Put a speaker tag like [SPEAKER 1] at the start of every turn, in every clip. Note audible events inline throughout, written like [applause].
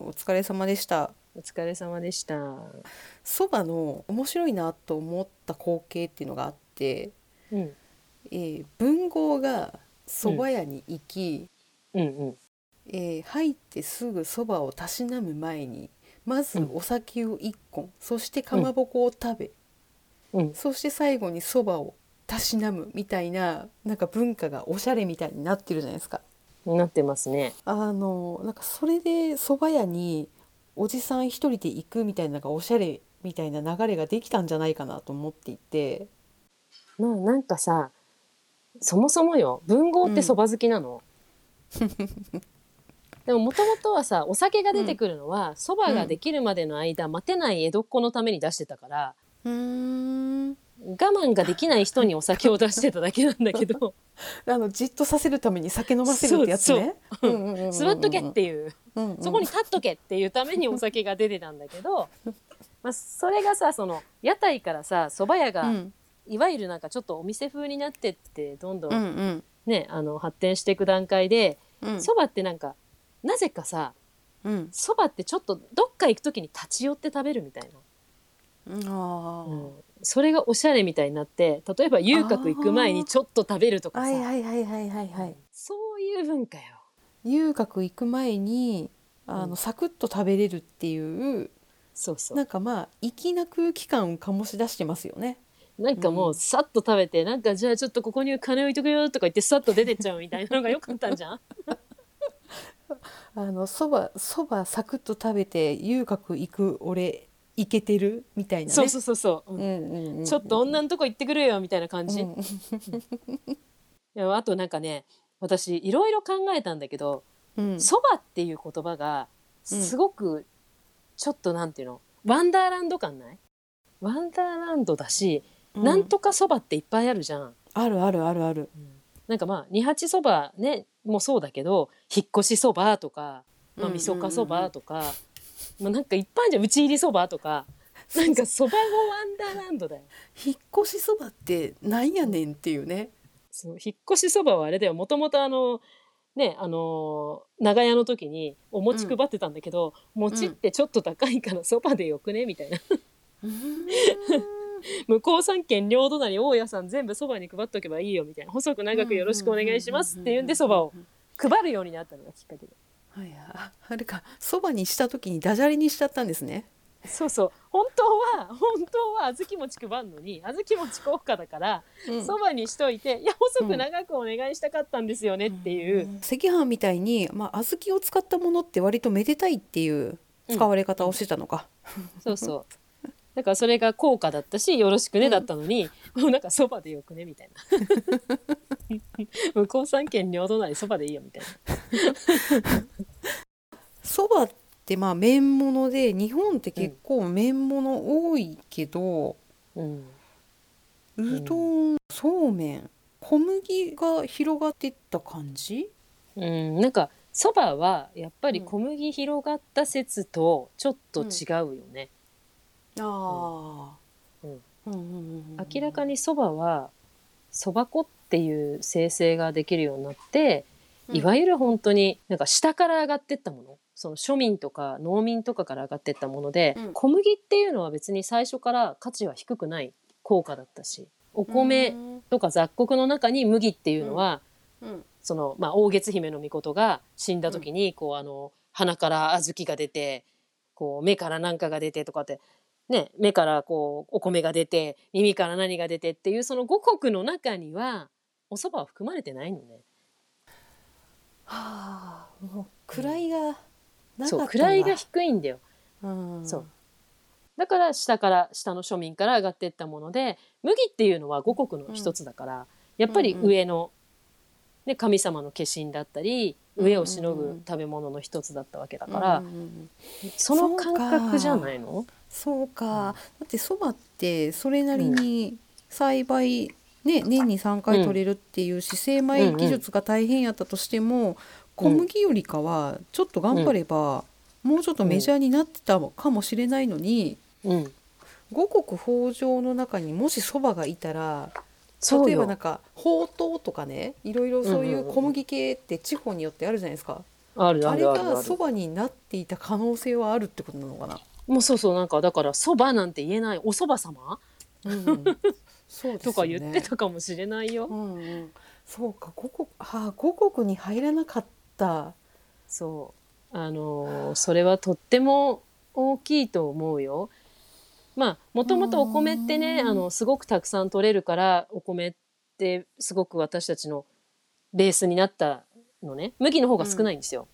[SPEAKER 1] お疲れ様でした
[SPEAKER 2] お疲れ様でした。
[SPEAKER 1] そばの面白いなと思った光景っていうのがあって、
[SPEAKER 2] うん、
[SPEAKER 1] えー文豪がそば屋に行き、
[SPEAKER 2] うん、うん。
[SPEAKER 1] えー入ってすぐそばをたしなむ前にまずお酒を1本、そしてかまぼこを食べ、
[SPEAKER 2] うん、
[SPEAKER 1] そして最後にそばをたしなむみたいななんか文化がおしゃれみたいになってるじゃないですか。
[SPEAKER 2] なってますね。
[SPEAKER 1] あのなんかそれでそば屋におじさん一人で行くみたいなのがおしゃれみたいな流れができたんじゃないかなと思っていて
[SPEAKER 2] まあ、なんかさ。そもそもよ、文豪ってそば好きな [laughs] の。でも、もともとはさ、お酒が出てくるのは、そばができるまでの間、待てない江戸っ子のために出してたから。
[SPEAKER 1] うん
[SPEAKER 2] 我慢ができない人にお酒を出してただけなんだけど
[SPEAKER 1] あのじっとさせるために酒飲ませるってやつね。うんうんうんうん
[SPEAKER 2] 座っとけっていう
[SPEAKER 1] うんうん
[SPEAKER 2] そこに立っとけっていうためにお酒が出てたんだけ [laughs] ど、まあ、それがさその屋台からさ蕎麦屋が、
[SPEAKER 1] うん
[SPEAKER 2] いわゆるなんかちょっとお店風になってってどんど
[SPEAKER 1] うん
[SPEAKER 2] ん
[SPEAKER 1] うん
[SPEAKER 2] ね、あの発展していく段階で
[SPEAKER 1] うん
[SPEAKER 2] そば、ってなんかなぜかさ
[SPEAKER 1] うん
[SPEAKER 2] そばってちょっとどっか行く時に立ち寄って食べるみたい
[SPEAKER 1] あ
[SPEAKER 2] な、
[SPEAKER 1] ー
[SPEAKER 2] うんそれがおしゃれみたいになって例えば遊郭行く前にちょっと食べるとか
[SPEAKER 1] は
[SPEAKER 2] さ、
[SPEAKER 1] いはいはいはいはいはい。
[SPEAKER 2] そういう文化よ。
[SPEAKER 1] 遊郭行く前にあ
[SPEAKER 2] う
[SPEAKER 1] の
[SPEAKER 2] ん
[SPEAKER 1] サクッと食べれるっていう
[SPEAKER 2] そうそう
[SPEAKER 1] なんかまあ粋な空気感を醸し出してますよね。
[SPEAKER 2] なんかもうさっと食べて、なんかじゃあちょっとここに金置いとくよとか言ってさっと出てっちゃうみたいなのがよかったんじ
[SPEAKER 1] [laughs]
[SPEAKER 2] ゃん
[SPEAKER 1] あのそばそばサクッと食べて遊郭行く俺イケてるみたいなね。
[SPEAKER 2] そうそうそうそう、
[SPEAKER 1] うんうんうん。
[SPEAKER 2] ちょっと女のとこ行ってくるよみたいな感
[SPEAKER 1] う
[SPEAKER 2] じ、
[SPEAKER 1] ん
[SPEAKER 2] いやあとなんかね私いろいろ考えたんだけど
[SPEAKER 1] うん。
[SPEAKER 2] そば、っていう言葉がすごくちょっとなんていうのワンダーランド感ないワンダーランドだし、
[SPEAKER 1] う
[SPEAKER 2] なんとかそばっていっぱいあるじゃん。
[SPEAKER 1] あるあるあるある。
[SPEAKER 2] なんかまあ二八そばねもそうだけど引っ越しそばとか、ま
[SPEAKER 1] う
[SPEAKER 2] あ、
[SPEAKER 1] ん
[SPEAKER 2] みそかそばとか、まあ、なんかいっぱいあるじゃん打ち入りそばと
[SPEAKER 1] [laughs]
[SPEAKER 2] かなんかそばもワンダーランドだよ。
[SPEAKER 1] 引っ越しそばってなんやねんっていうね。
[SPEAKER 2] その引っ越しそばはあれだよもともとあのねあのー長屋の時にお餅配ってたんだけど、餅ってちょっと高いからそばでよくねみたいな [laughs] 向こう三軒両隣大家さん全部そばに配っとけばいいよみたいな細く長くよろしくお願いしますって言うんでそばを。配るようになったのがきっかけで
[SPEAKER 1] はいああれかそばにした時にダジャレにしちゃったんですね。
[SPEAKER 2] そうそう本当は本当は小豆餅配るのに小豆餅高価だから
[SPEAKER 1] うん
[SPEAKER 2] そば、にしといていや細く長くお願いしたかったんですよねっていう。
[SPEAKER 1] 赤飯みたいにまあ小豆を使ったものって割とめでたいっていう使われ方をしてたのか。
[SPEAKER 2] そうそう。だからそれが効果だったし、よろしくねだったのに、もうなんかそばでよくねみたい [laughs] な。向こう三軒両隣そばでいいよみたいな。
[SPEAKER 1] そばってまあ麺物で日本って結構麺物多いけど、
[SPEAKER 2] うん。
[SPEAKER 1] うんどんそうめん小麦が広がってった感じ
[SPEAKER 2] うん、なんかそばはやっぱり小麦広がった説とちょっと違うよね。
[SPEAKER 1] あ
[SPEAKER 2] ー
[SPEAKER 1] 明
[SPEAKER 2] 明らかにそばはそば粉っていう生成ができるようになって、いわ
[SPEAKER 1] ゆる
[SPEAKER 2] ゆる本当になんか下から上がってったものその庶民とか農民とかから上がってったもので、
[SPEAKER 1] うん
[SPEAKER 2] 小麦っていうのは別に最初から価値は低くない効果だったしお米とか雑穀の中に麦っていうのは、そのまあ大月姫の御事が死んだ時にこうあの鼻から小豆が出てこう目から何かが出てとかって。ね、目からこうお米が出て耳から何が出てっていうその五穀の中にはお蕎麦は含まれてないのね。
[SPEAKER 1] はあもう位がな
[SPEAKER 2] そ
[SPEAKER 1] か
[SPEAKER 2] う
[SPEAKER 1] ったんだ
[SPEAKER 2] 位が低いんだよ。
[SPEAKER 1] うん
[SPEAKER 2] そうだから下から下の庶民から上がっていったもので麦っていうのは五穀の一つだから、やっぱり上の、ね、神様の化身だったり上をしのぐ食べ物の一つだったわけだから、
[SPEAKER 1] うんうんうん
[SPEAKER 2] その感覚じゃないの
[SPEAKER 1] そうか、だってそばってそれなりに栽培、ね、年に3回
[SPEAKER 2] うん
[SPEAKER 1] 取れるっていう姿勢米技術が大変やったとしても、小麦よりかはちょっと頑張れば、もうちょっとメジャーになってたかもしれないのに、
[SPEAKER 2] うん、
[SPEAKER 1] 五穀豊穣の中にもしそばがいたら
[SPEAKER 2] そう
[SPEAKER 1] 例えばな
[SPEAKER 2] よ
[SPEAKER 1] んかほうとうとかねいろいろそうい
[SPEAKER 2] んうん
[SPEAKER 1] う
[SPEAKER 2] うんうん
[SPEAKER 1] 小麦系って地方によってあるじゃないですか。
[SPEAKER 2] ある
[SPEAKER 1] あ
[SPEAKER 2] あ
[SPEAKER 1] れ
[SPEAKER 2] るある
[SPEAKER 1] が
[SPEAKER 2] あ
[SPEAKER 1] そ
[SPEAKER 2] る。
[SPEAKER 1] ばになっていた可能性はあるってことなのかな。
[SPEAKER 2] もうそうそうなんかだからそばなんて言えないおそば様
[SPEAKER 1] [laughs] うん、そうです
[SPEAKER 2] と
[SPEAKER 1] よね。
[SPEAKER 2] か言ってたかもしれないよ。
[SPEAKER 1] うんうん、そうか五国はあ五国に入らなかった。
[SPEAKER 2] そうあのーそれはとっても大きいと思うよ。まあもともとお米ってね
[SPEAKER 1] うん
[SPEAKER 2] あのすごくたくさん取れるからお米ってすごく私たちのベースになったのね麦の方が少ないんですよ。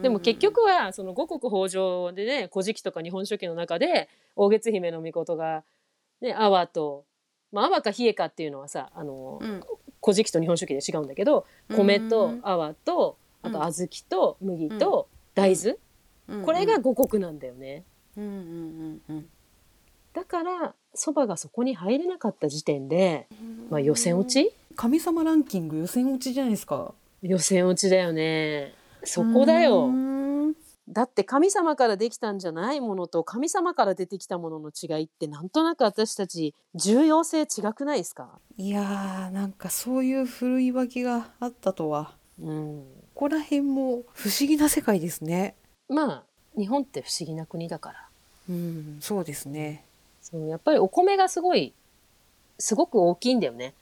[SPEAKER 2] でも結局はその五穀豊穣でね「古事記」とか「日本書紀」の中で大月姫の御事が、ね、阿波と、まあ、阿波か比叡かっていうのはさ「あの
[SPEAKER 1] うん、
[SPEAKER 2] 古事記」と「日本書紀」で違うんだけど米と阿波とあ
[SPEAKER 1] う
[SPEAKER 2] と
[SPEAKER 1] ん
[SPEAKER 2] 小豆と麦と大豆、これが五穀なんだよね。
[SPEAKER 1] うんうんうんうん
[SPEAKER 2] だからそばがそこに入れなかった時点で、
[SPEAKER 1] うん
[SPEAKER 2] まあ、予選落ち
[SPEAKER 1] 神様ランキング予選落ちじゃないですか。
[SPEAKER 2] 予選落ちだよね。そこだよ。
[SPEAKER 1] うん
[SPEAKER 2] だって神様からできたんじゃないものと神様から出てきたものの違いってなんとなく私たち重要性違くないですか、
[SPEAKER 1] いやーなんかそういうふるいわけがあったとは。
[SPEAKER 2] うん、
[SPEAKER 1] ここら辺も不思議な世界ですね。
[SPEAKER 2] まあ日本って不思議な国だから
[SPEAKER 1] うん、そうですね。
[SPEAKER 2] そのやっぱりお米がすごいすごく大きいんだよね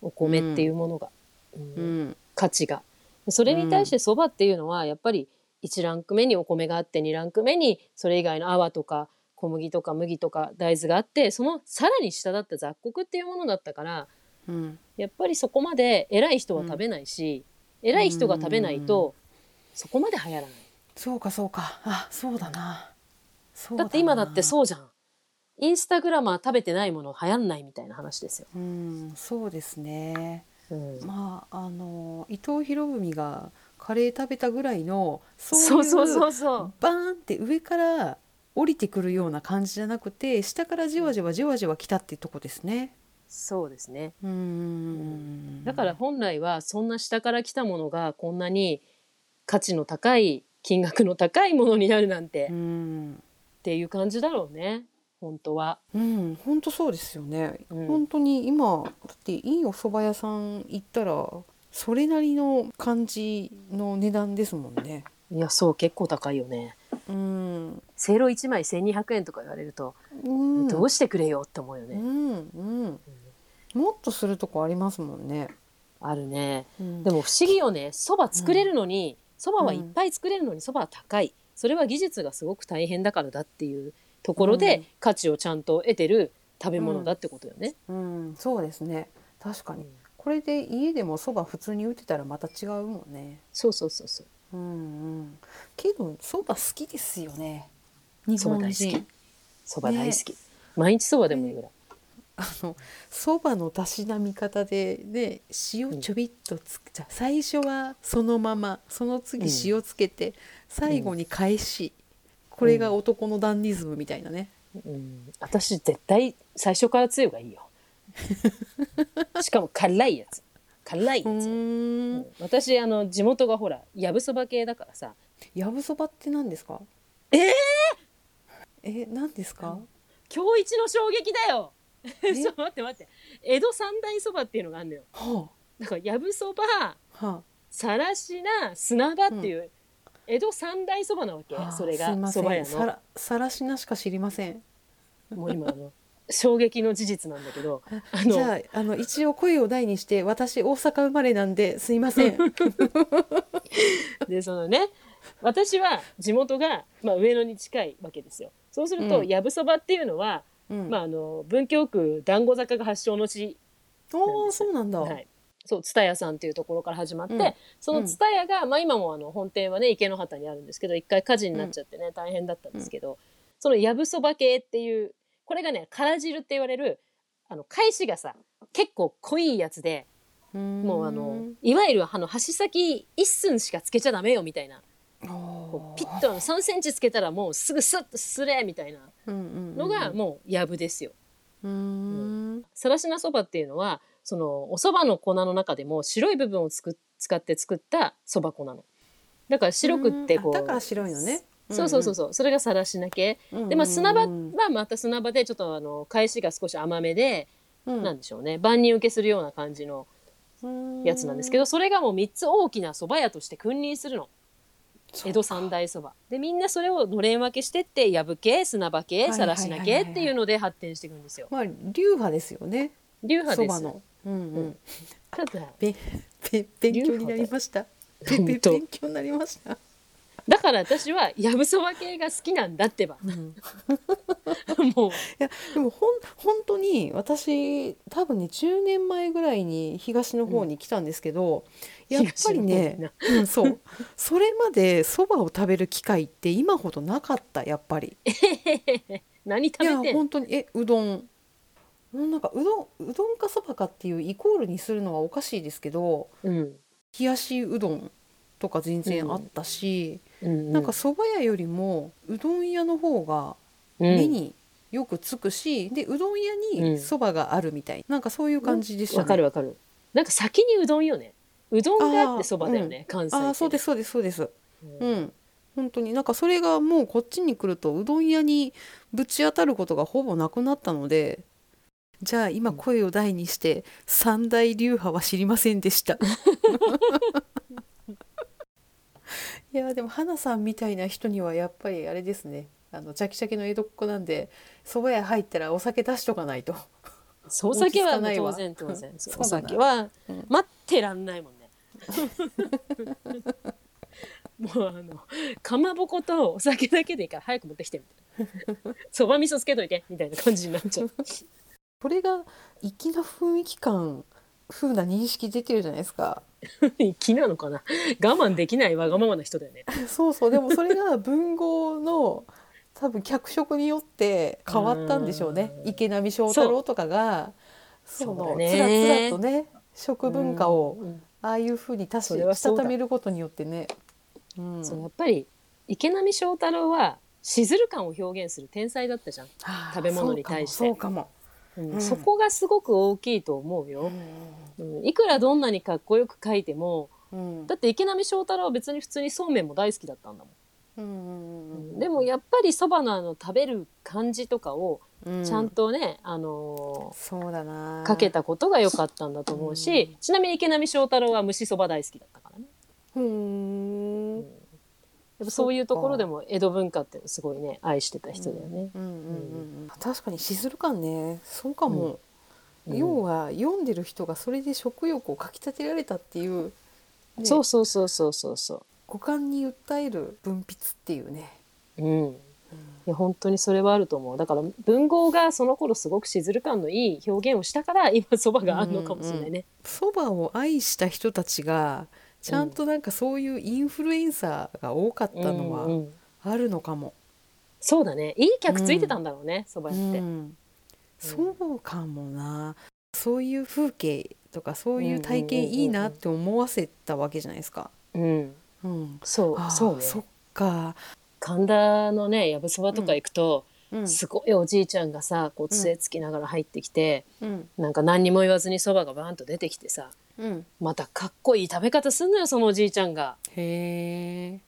[SPEAKER 2] お米っていうものが、うん
[SPEAKER 1] ん、
[SPEAKER 2] 価値が。それに対してそばっていうのはやっぱり1ランク目にお米があって2ランク目にそれ以外の泡とか小麦とか麦とか大豆があってそのさらに下だった雑穀っていうものだったから
[SPEAKER 1] うん、
[SPEAKER 2] やっぱりそこまで偉い人は食べないし、偉い人が食べないとそこまで流行らない。
[SPEAKER 1] そうかそうか。あ、そうだな。そう
[SPEAKER 2] だって今だって
[SPEAKER 1] う
[SPEAKER 2] そうじゃん。インスタグラマー食べてないもの流行んないみたいな話ですよ。
[SPEAKER 1] な。うん、そうですね。
[SPEAKER 2] うん
[SPEAKER 1] まああの伊藤博文がカレー食べたぐらいのそ
[SPEAKER 2] そううそう
[SPEAKER 1] いう
[SPEAKER 2] そうそう。
[SPEAKER 1] バーンって上から降りてくるような感じじゃなくて下からじわじわじわじわ来たってとこですね。
[SPEAKER 2] そうですね。
[SPEAKER 1] うーん。
[SPEAKER 2] だから本来はそんな下から来たものがこんなに価値の高い金額の高いものになるなんて、
[SPEAKER 1] う
[SPEAKER 2] っ
[SPEAKER 1] ん。
[SPEAKER 2] ていう感じだろうね本当は。
[SPEAKER 1] うん、本当そうですよね。
[SPEAKER 2] うん
[SPEAKER 1] 本当に今だっていいお蕎麦屋さん行ったらそれなりの感じの値段ですもんね。
[SPEAKER 2] いやそう結構高いよね。
[SPEAKER 1] うん。
[SPEAKER 2] せいろ1枚1200円とか言われると、
[SPEAKER 1] うん。
[SPEAKER 2] どうしてくれよって思うよね。
[SPEAKER 1] うんうん。もっとするとこありますもんね。
[SPEAKER 2] あるね。
[SPEAKER 1] うん
[SPEAKER 2] でも不思議よねそば作れるのにそば、蕎麦はいっぱい作れるのにそばは高いそれは技術がすごく大変だからだっていうところで、
[SPEAKER 1] うん
[SPEAKER 2] 価値をちゃんと得てる食べ物だってことよね。
[SPEAKER 1] うん、そうですね。確か
[SPEAKER 2] う
[SPEAKER 1] に。
[SPEAKER 2] ん
[SPEAKER 1] これで家でもそば普通に打てたらまた違うもんね。
[SPEAKER 2] そうそうそうそう。
[SPEAKER 1] うんうん。けどそば好きですよね。日
[SPEAKER 2] そば
[SPEAKER 1] 本
[SPEAKER 2] 大好
[SPEAKER 1] 人
[SPEAKER 2] き。そば大好き。毎日そばでもいいぐらい。
[SPEAKER 1] あのそばのたしなみ方でね塩ちょびっとつく、じゃあ最初はそのままその次
[SPEAKER 2] う
[SPEAKER 1] 塩つけて、最後に返し、これが男のダンディズムみたいなね。
[SPEAKER 2] うん、私絶対最初からつゆがい
[SPEAKER 1] [laughs]
[SPEAKER 2] いよ。しかも辛いやつ。辛いうやつ。
[SPEAKER 1] ーん。
[SPEAKER 2] 私あの地元がほらやぶそば系だからさ
[SPEAKER 1] やぶそばって何ですか？
[SPEAKER 2] えー
[SPEAKER 1] え何ですか？
[SPEAKER 2] 今日一の衝撃だよ [laughs] ちょっと待って待って江戸三大そばっていうのがあるのよ
[SPEAKER 1] は
[SPEAKER 2] だからやぶそば
[SPEAKER 1] あ、はあ。
[SPEAKER 2] さらしな砂場っていう、江戸三大そばなわけ
[SPEAKER 1] はあ
[SPEAKER 2] それ
[SPEAKER 1] すい
[SPEAKER 2] が
[SPEAKER 1] ませ
[SPEAKER 2] そ
[SPEAKER 1] ん
[SPEAKER 2] ば屋
[SPEAKER 1] さ
[SPEAKER 2] の
[SPEAKER 1] らさらしなしか知りません
[SPEAKER 2] もう今あの衝撃の事実なんだけど
[SPEAKER 1] [laughs]
[SPEAKER 2] あ
[SPEAKER 1] じゃああの一応声を大にして私大阪生まれなんですいま
[SPEAKER 2] [laughs]
[SPEAKER 1] せん
[SPEAKER 2] でそのね私は地元が、まあ、上野に近いわけですよ。そうすると、
[SPEAKER 1] うん
[SPEAKER 2] やぶそばっていうのは、
[SPEAKER 1] うん
[SPEAKER 2] まあ、あの文京区団子坂が発祥の地、
[SPEAKER 1] おーそうなんだ、
[SPEAKER 2] はい、そう蔦屋さんっていうところから始まって、
[SPEAKER 1] うん
[SPEAKER 2] その蔦屋が、まあ、今もあの本店はね池の端にあるんですけど一回火事になっちゃってね、大変だったんですけど、そのやぶそば系っていうこれがねから汁って言われるあの返しがさ結構濃いやつでもうあのいわゆるあの箸先一寸しかつけちゃダメよみたいな。こうピッと3センチつけたらもうすぐスッとすれみたいなの
[SPEAKER 1] の
[SPEAKER 2] がもうやぶですよ。
[SPEAKER 1] うーん
[SPEAKER 2] さらしなそばっていうのはそのおそばの粉の中でも白い部分をつく使って作ったそば粉なの。だから白くってこう
[SPEAKER 1] あだから白いのね
[SPEAKER 2] そうそうそうそうそれがさらしな系
[SPEAKER 1] うんうん
[SPEAKER 2] でまあ砂場
[SPEAKER 1] うんうん
[SPEAKER 2] はまた砂場でちょっとあの返しが少し甘めで
[SPEAKER 1] うん
[SPEAKER 2] なんでしょうね万人受けするような感じのやつなんですけどそれがもう3つ大きなそば屋として君臨するの。江戸三大そばでみんなそれをのれん分けしてって矢吹け砂場け
[SPEAKER 1] はい
[SPEAKER 2] さらしなけっていうので発展していくんですよ。
[SPEAKER 1] まあ流派ですよね。
[SPEAKER 2] 流派
[SPEAKER 1] そ
[SPEAKER 2] で
[SPEAKER 1] ば
[SPEAKER 2] す。
[SPEAKER 1] の。うんうん。
[SPEAKER 2] ただ
[SPEAKER 1] べべ勉強になりました。べべ
[SPEAKER 2] 本
[SPEAKER 1] [laughs]
[SPEAKER 2] 当
[SPEAKER 1] 勉強になりました。
[SPEAKER 2] だから私はやぶそば系が好きなん
[SPEAKER 1] [laughs]
[SPEAKER 2] だってばもう
[SPEAKER 1] いやでもほん本当に私多分ね10年前ぐらいに東の方に来たんですけど、やっぱり
[SPEAKER 2] 東の
[SPEAKER 1] ね、うん、そうそれまでそばを食べる機会って今ほどなかったやっぱり。い
[SPEAKER 2] 何食
[SPEAKER 1] や
[SPEAKER 2] べてん
[SPEAKER 1] 本当にえうどん。もうなんかうどんうどんかそばかっていうイコールにするのはおかしいですけど
[SPEAKER 2] うん
[SPEAKER 1] 冷やしうどんとか全然あったし、
[SPEAKER 2] うん
[SPEAKER 1] なんかそば屋よりもうどん屋の方が
[SPEAKER 2] うん
[SPEAKER 1] 目によくつくし、でうどん屋
[SPEAKER 2] うん
[SPEAKER 1] にそばがあるみたいな,、なんかそういう感じでしたね。
[SPEAKER 2] わかるわかるなんか先にうどんよねうどんがあってそばだよね関西、
[SPEAKER 1] ああそうですすそうですそうです。
[SPEAKER 2] うん
[SPEAKER 1] うん。本当になんかそれがもうこっちに来るとうどん屋にぶち当たることがほぼなくなったので。じゃあ今声を大にして三大流派は知りませんで
[SPEAKER 2] [laughs]
[SPEAKER 1] した。いやでも花さんみたいな人にはやっぱりあれですね。あのジャキジャキの江戸っ子なんで蕎麦屋入ったらお酒出しとかないと。
[SPEAKER 2] そうお酒は
[SPEAKER 1] 落ち着かない
[SPEAKER 2] 当
[SPEAKER 1] わ
[SPEAKER 2] 然当然
[SPEAKER 1] そうだな
[SPEAKER 2] お酒は
[SPEAKER 1] うん
[SPEAKER 2] 待ってらんないもんねもうあのかまぼことお酒だけでいいから早く持ってきてみたいなそば味噌つけといてみたいな感じになっちゃう [laughs]
[SPEAKER 1] これが粋な雰囲気感風な認識出てるじゃないですか。
[SPEAKER 2] 気なのかな我慢できないわがままな人だよね
[SPEAKER 1] そうそうでもそれが文豪の多分脚色によって変わったんでしょうね
[SPEAKER 2] うん
[SPEAKER 1] 池波正太郎とかがそ
[SPEAKER 2] そう
[SPEAKER 1] の
[SPEAKER 2] そうだね
[SPEAKER 1] つらつらとね食文化
[SPEAKER 2] う
[SPEAKER 1] を
[SPEAKER 2] ん
[SPEAKER 1] ああいうふうに足し
[SPEAKER 2] それは
[SPEAKER 1] した
[SPEAKER 2] そうだ
[SPEAKER 1] ためることによってね、うん、
[SPEAKER 2] そうやっぱり池波正太郎はしずる感を表現する天才だったじゃん、
[SPEAKER 1] あー
[SPEAKER 2] 食べ物に対して
[SPEAKER 1] そうかも
[SPEAKER 2] うん
[SPEAKER 1] うん
[SPEAKER 2] そこがすごく大きいと思う
[SPEAKER 1] そう
[SPEAKER 2] よ
[SPEAKER 1] か、も
[SPEAKER 2] うんいくらどんなにかっこよく書いても
[SPEAKER 1] うんうん
[SPEAKER 2] だって池波正太郎は別に普通にそうめんも大好きだったんだも、
[SPEAKER 1] うんうんん
[SPEAKER 2] でもやっぱりそばのあの食べる感じとかを
[SPEAKER 1] うん
[SPEAKER 2] ちゃんとね、あの
[SPEAKER 1] そうだな
[SPEAKER 2] ーかけたことが良かったんだと思うし、
[SPEAKER 1] う
[SPEAKER 2] ちなみに池波正太郎は蒸しそば大好きだったからね
[SPEAKER 1] ふーん
[SPEAKER 2] やっぱそういうところでも江戸文化ってすごいね愛してた人だよね。
[SPEAKER 1] うんうんうんうん、確かにしずる感ねそうかも、
[SPEAKER 2] うん
[SPEAKER 1] 要は読んでる人がそれで食欲をかきたてられたっていう、ね
[SPEAKER 2] そうそうそうそうそうそ
[SPEAKER 1] 五感に訴える文筆っていうね
[SPEAKER 2] う。うん。いや本当にそれはあると思う。だから文豪がその頃すごくしずる感のいい表現をしたから今そばがあるのかもしれないね。
[SPEAKER 1] そばを愛した人たちがちゃんとなんかそういうインフルエンサーが多かったの
[SPEAKER 2] うんう
[SPEAKER 1] は
[SPEAKER 2] ん
[SPEAKER 1] あるのかも。
[SPEAKER 2] そうだね。いい客ついてたんだろうね、そば屋って。
[SPEAKER 1] うんそうかもなそういう風景とかそういう体
[SPEAKER 2] うんうん
[SPEAKER 1] 験
[SPEAKER 2] うんうん
[SPEAKER 1] いいなって思わせたわけじゃないですか。
[SPEAKER 2] うん、
[SPEAKER 1] うん、
[SPEAKER 2] そ
[SPEAKER 1] あ
[SPEAKER 2] う、
[SPEAKER 1] ー
[SPEAKER 2] そうね。
[SPEAKER 1] そっか、
[SPEAKER 2] 神田のね、やぶそばとか行くと、
[SPEAKER 1] うん
[SPEAKER 2] すごいおじいちゃんがさ、こう杖つきながら入ってきて、
[SPEAKER 1] うん
[SPEAKER 2] なんか何にも言わずにそばがバーンと出てきてさ、
[SPEAKER 1] うん、
[SPEAKER 2] またかっこいい食べ方すんのよ、そのおじいちゃんが。
[SPEAKER 1] へえ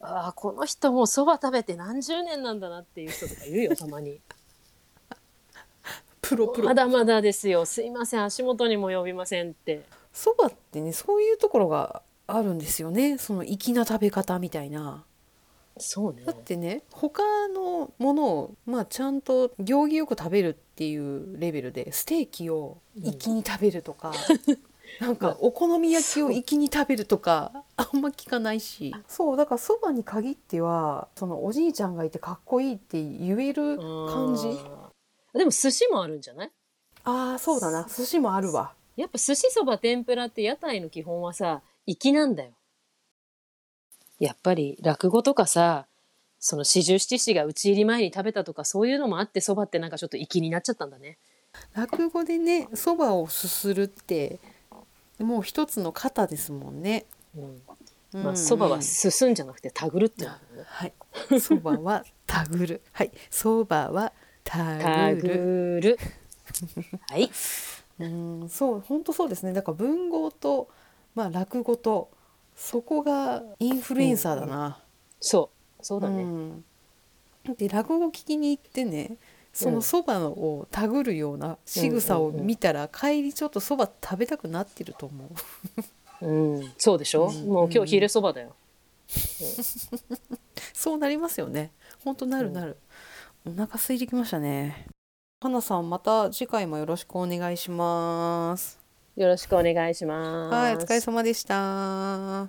[SPEAKER 2] ああ、この人もうそば食べて何十年なんだなっていう人とかいるよ、たまに。
[SPEAKER 1] プ [laughs] ロプロ
[SPEAKER 2] まだまだですよ、すいません、足元にも及びませんって。
[SPEAKER 1] そばってねそういうところがあるんですよねその粋な食べ方みたいな。
[SPEAKER 2] そうね
[SPEAKER 1] だ。ってね他のものを、まあ、ちゃんと行儀よく食べるっていうレベルでステーキを粋に食べると [laughs] か、なんかお好み焼きを粋に食べるとかあんま聞かないしそうだからそばに限ってはそのおじいちゃんがいてかっこいいって言える感じ
[SPEAKER 2] あーでも寿司もあるんじゃない
[SPEAKER 1] ああそうだな寿司もあるわ
[SPEAKER 2] やっぱ寿司そば天ぷらって屋台の基本はさ粋なんだよやっぱり落語とかさその四十七士が討ち入り前に食べたとかそういうのもあってそばってなんかちょっと粋になっちゃったんだね
[SPEAKER 1] 落語でねそばをすするってもう一つの型ですもんね。うん
[SPEAKER 2] まあそば、
[SPEAKER 1] う
[SPEAKER 2] は
[SPEAKER 1] ん
[SPEAKER 2] すすんじゃなくてたぐるってなるね
[SPEAKER 1] はい。そばはたぐる。 [laughs] はい。そばはた
[SPEAKER 2] た
[SPEAKER 1] ぐる。
[SPEAKER 2] ぐるはい
[SPEAKER 1] うん、そう、本当そうですね。だから文豪と、まあ落語と、そこがインフルエンサーだな。
[SPEAKER 2] そうそうだね、
[SPEAKER 1] うんで、落語聞きに行ってね。そのそばをたぐるような仕草を見たら、帰りちょっとそば食べたくなってると思う。
[SPEAKER 2] うんそうでしょ、
[SPEAKER 1] うん
[SPEAKER 2] もう今日昼そばだよ
[SPEAKER 1] そうなりますよね本当なるなる、お腹空いてきましたね花さんまた次回もよろしくお願いします
[SPEAKER 2] よろしくお願いします。
[SPEAKER 1] はいお疲れ様でした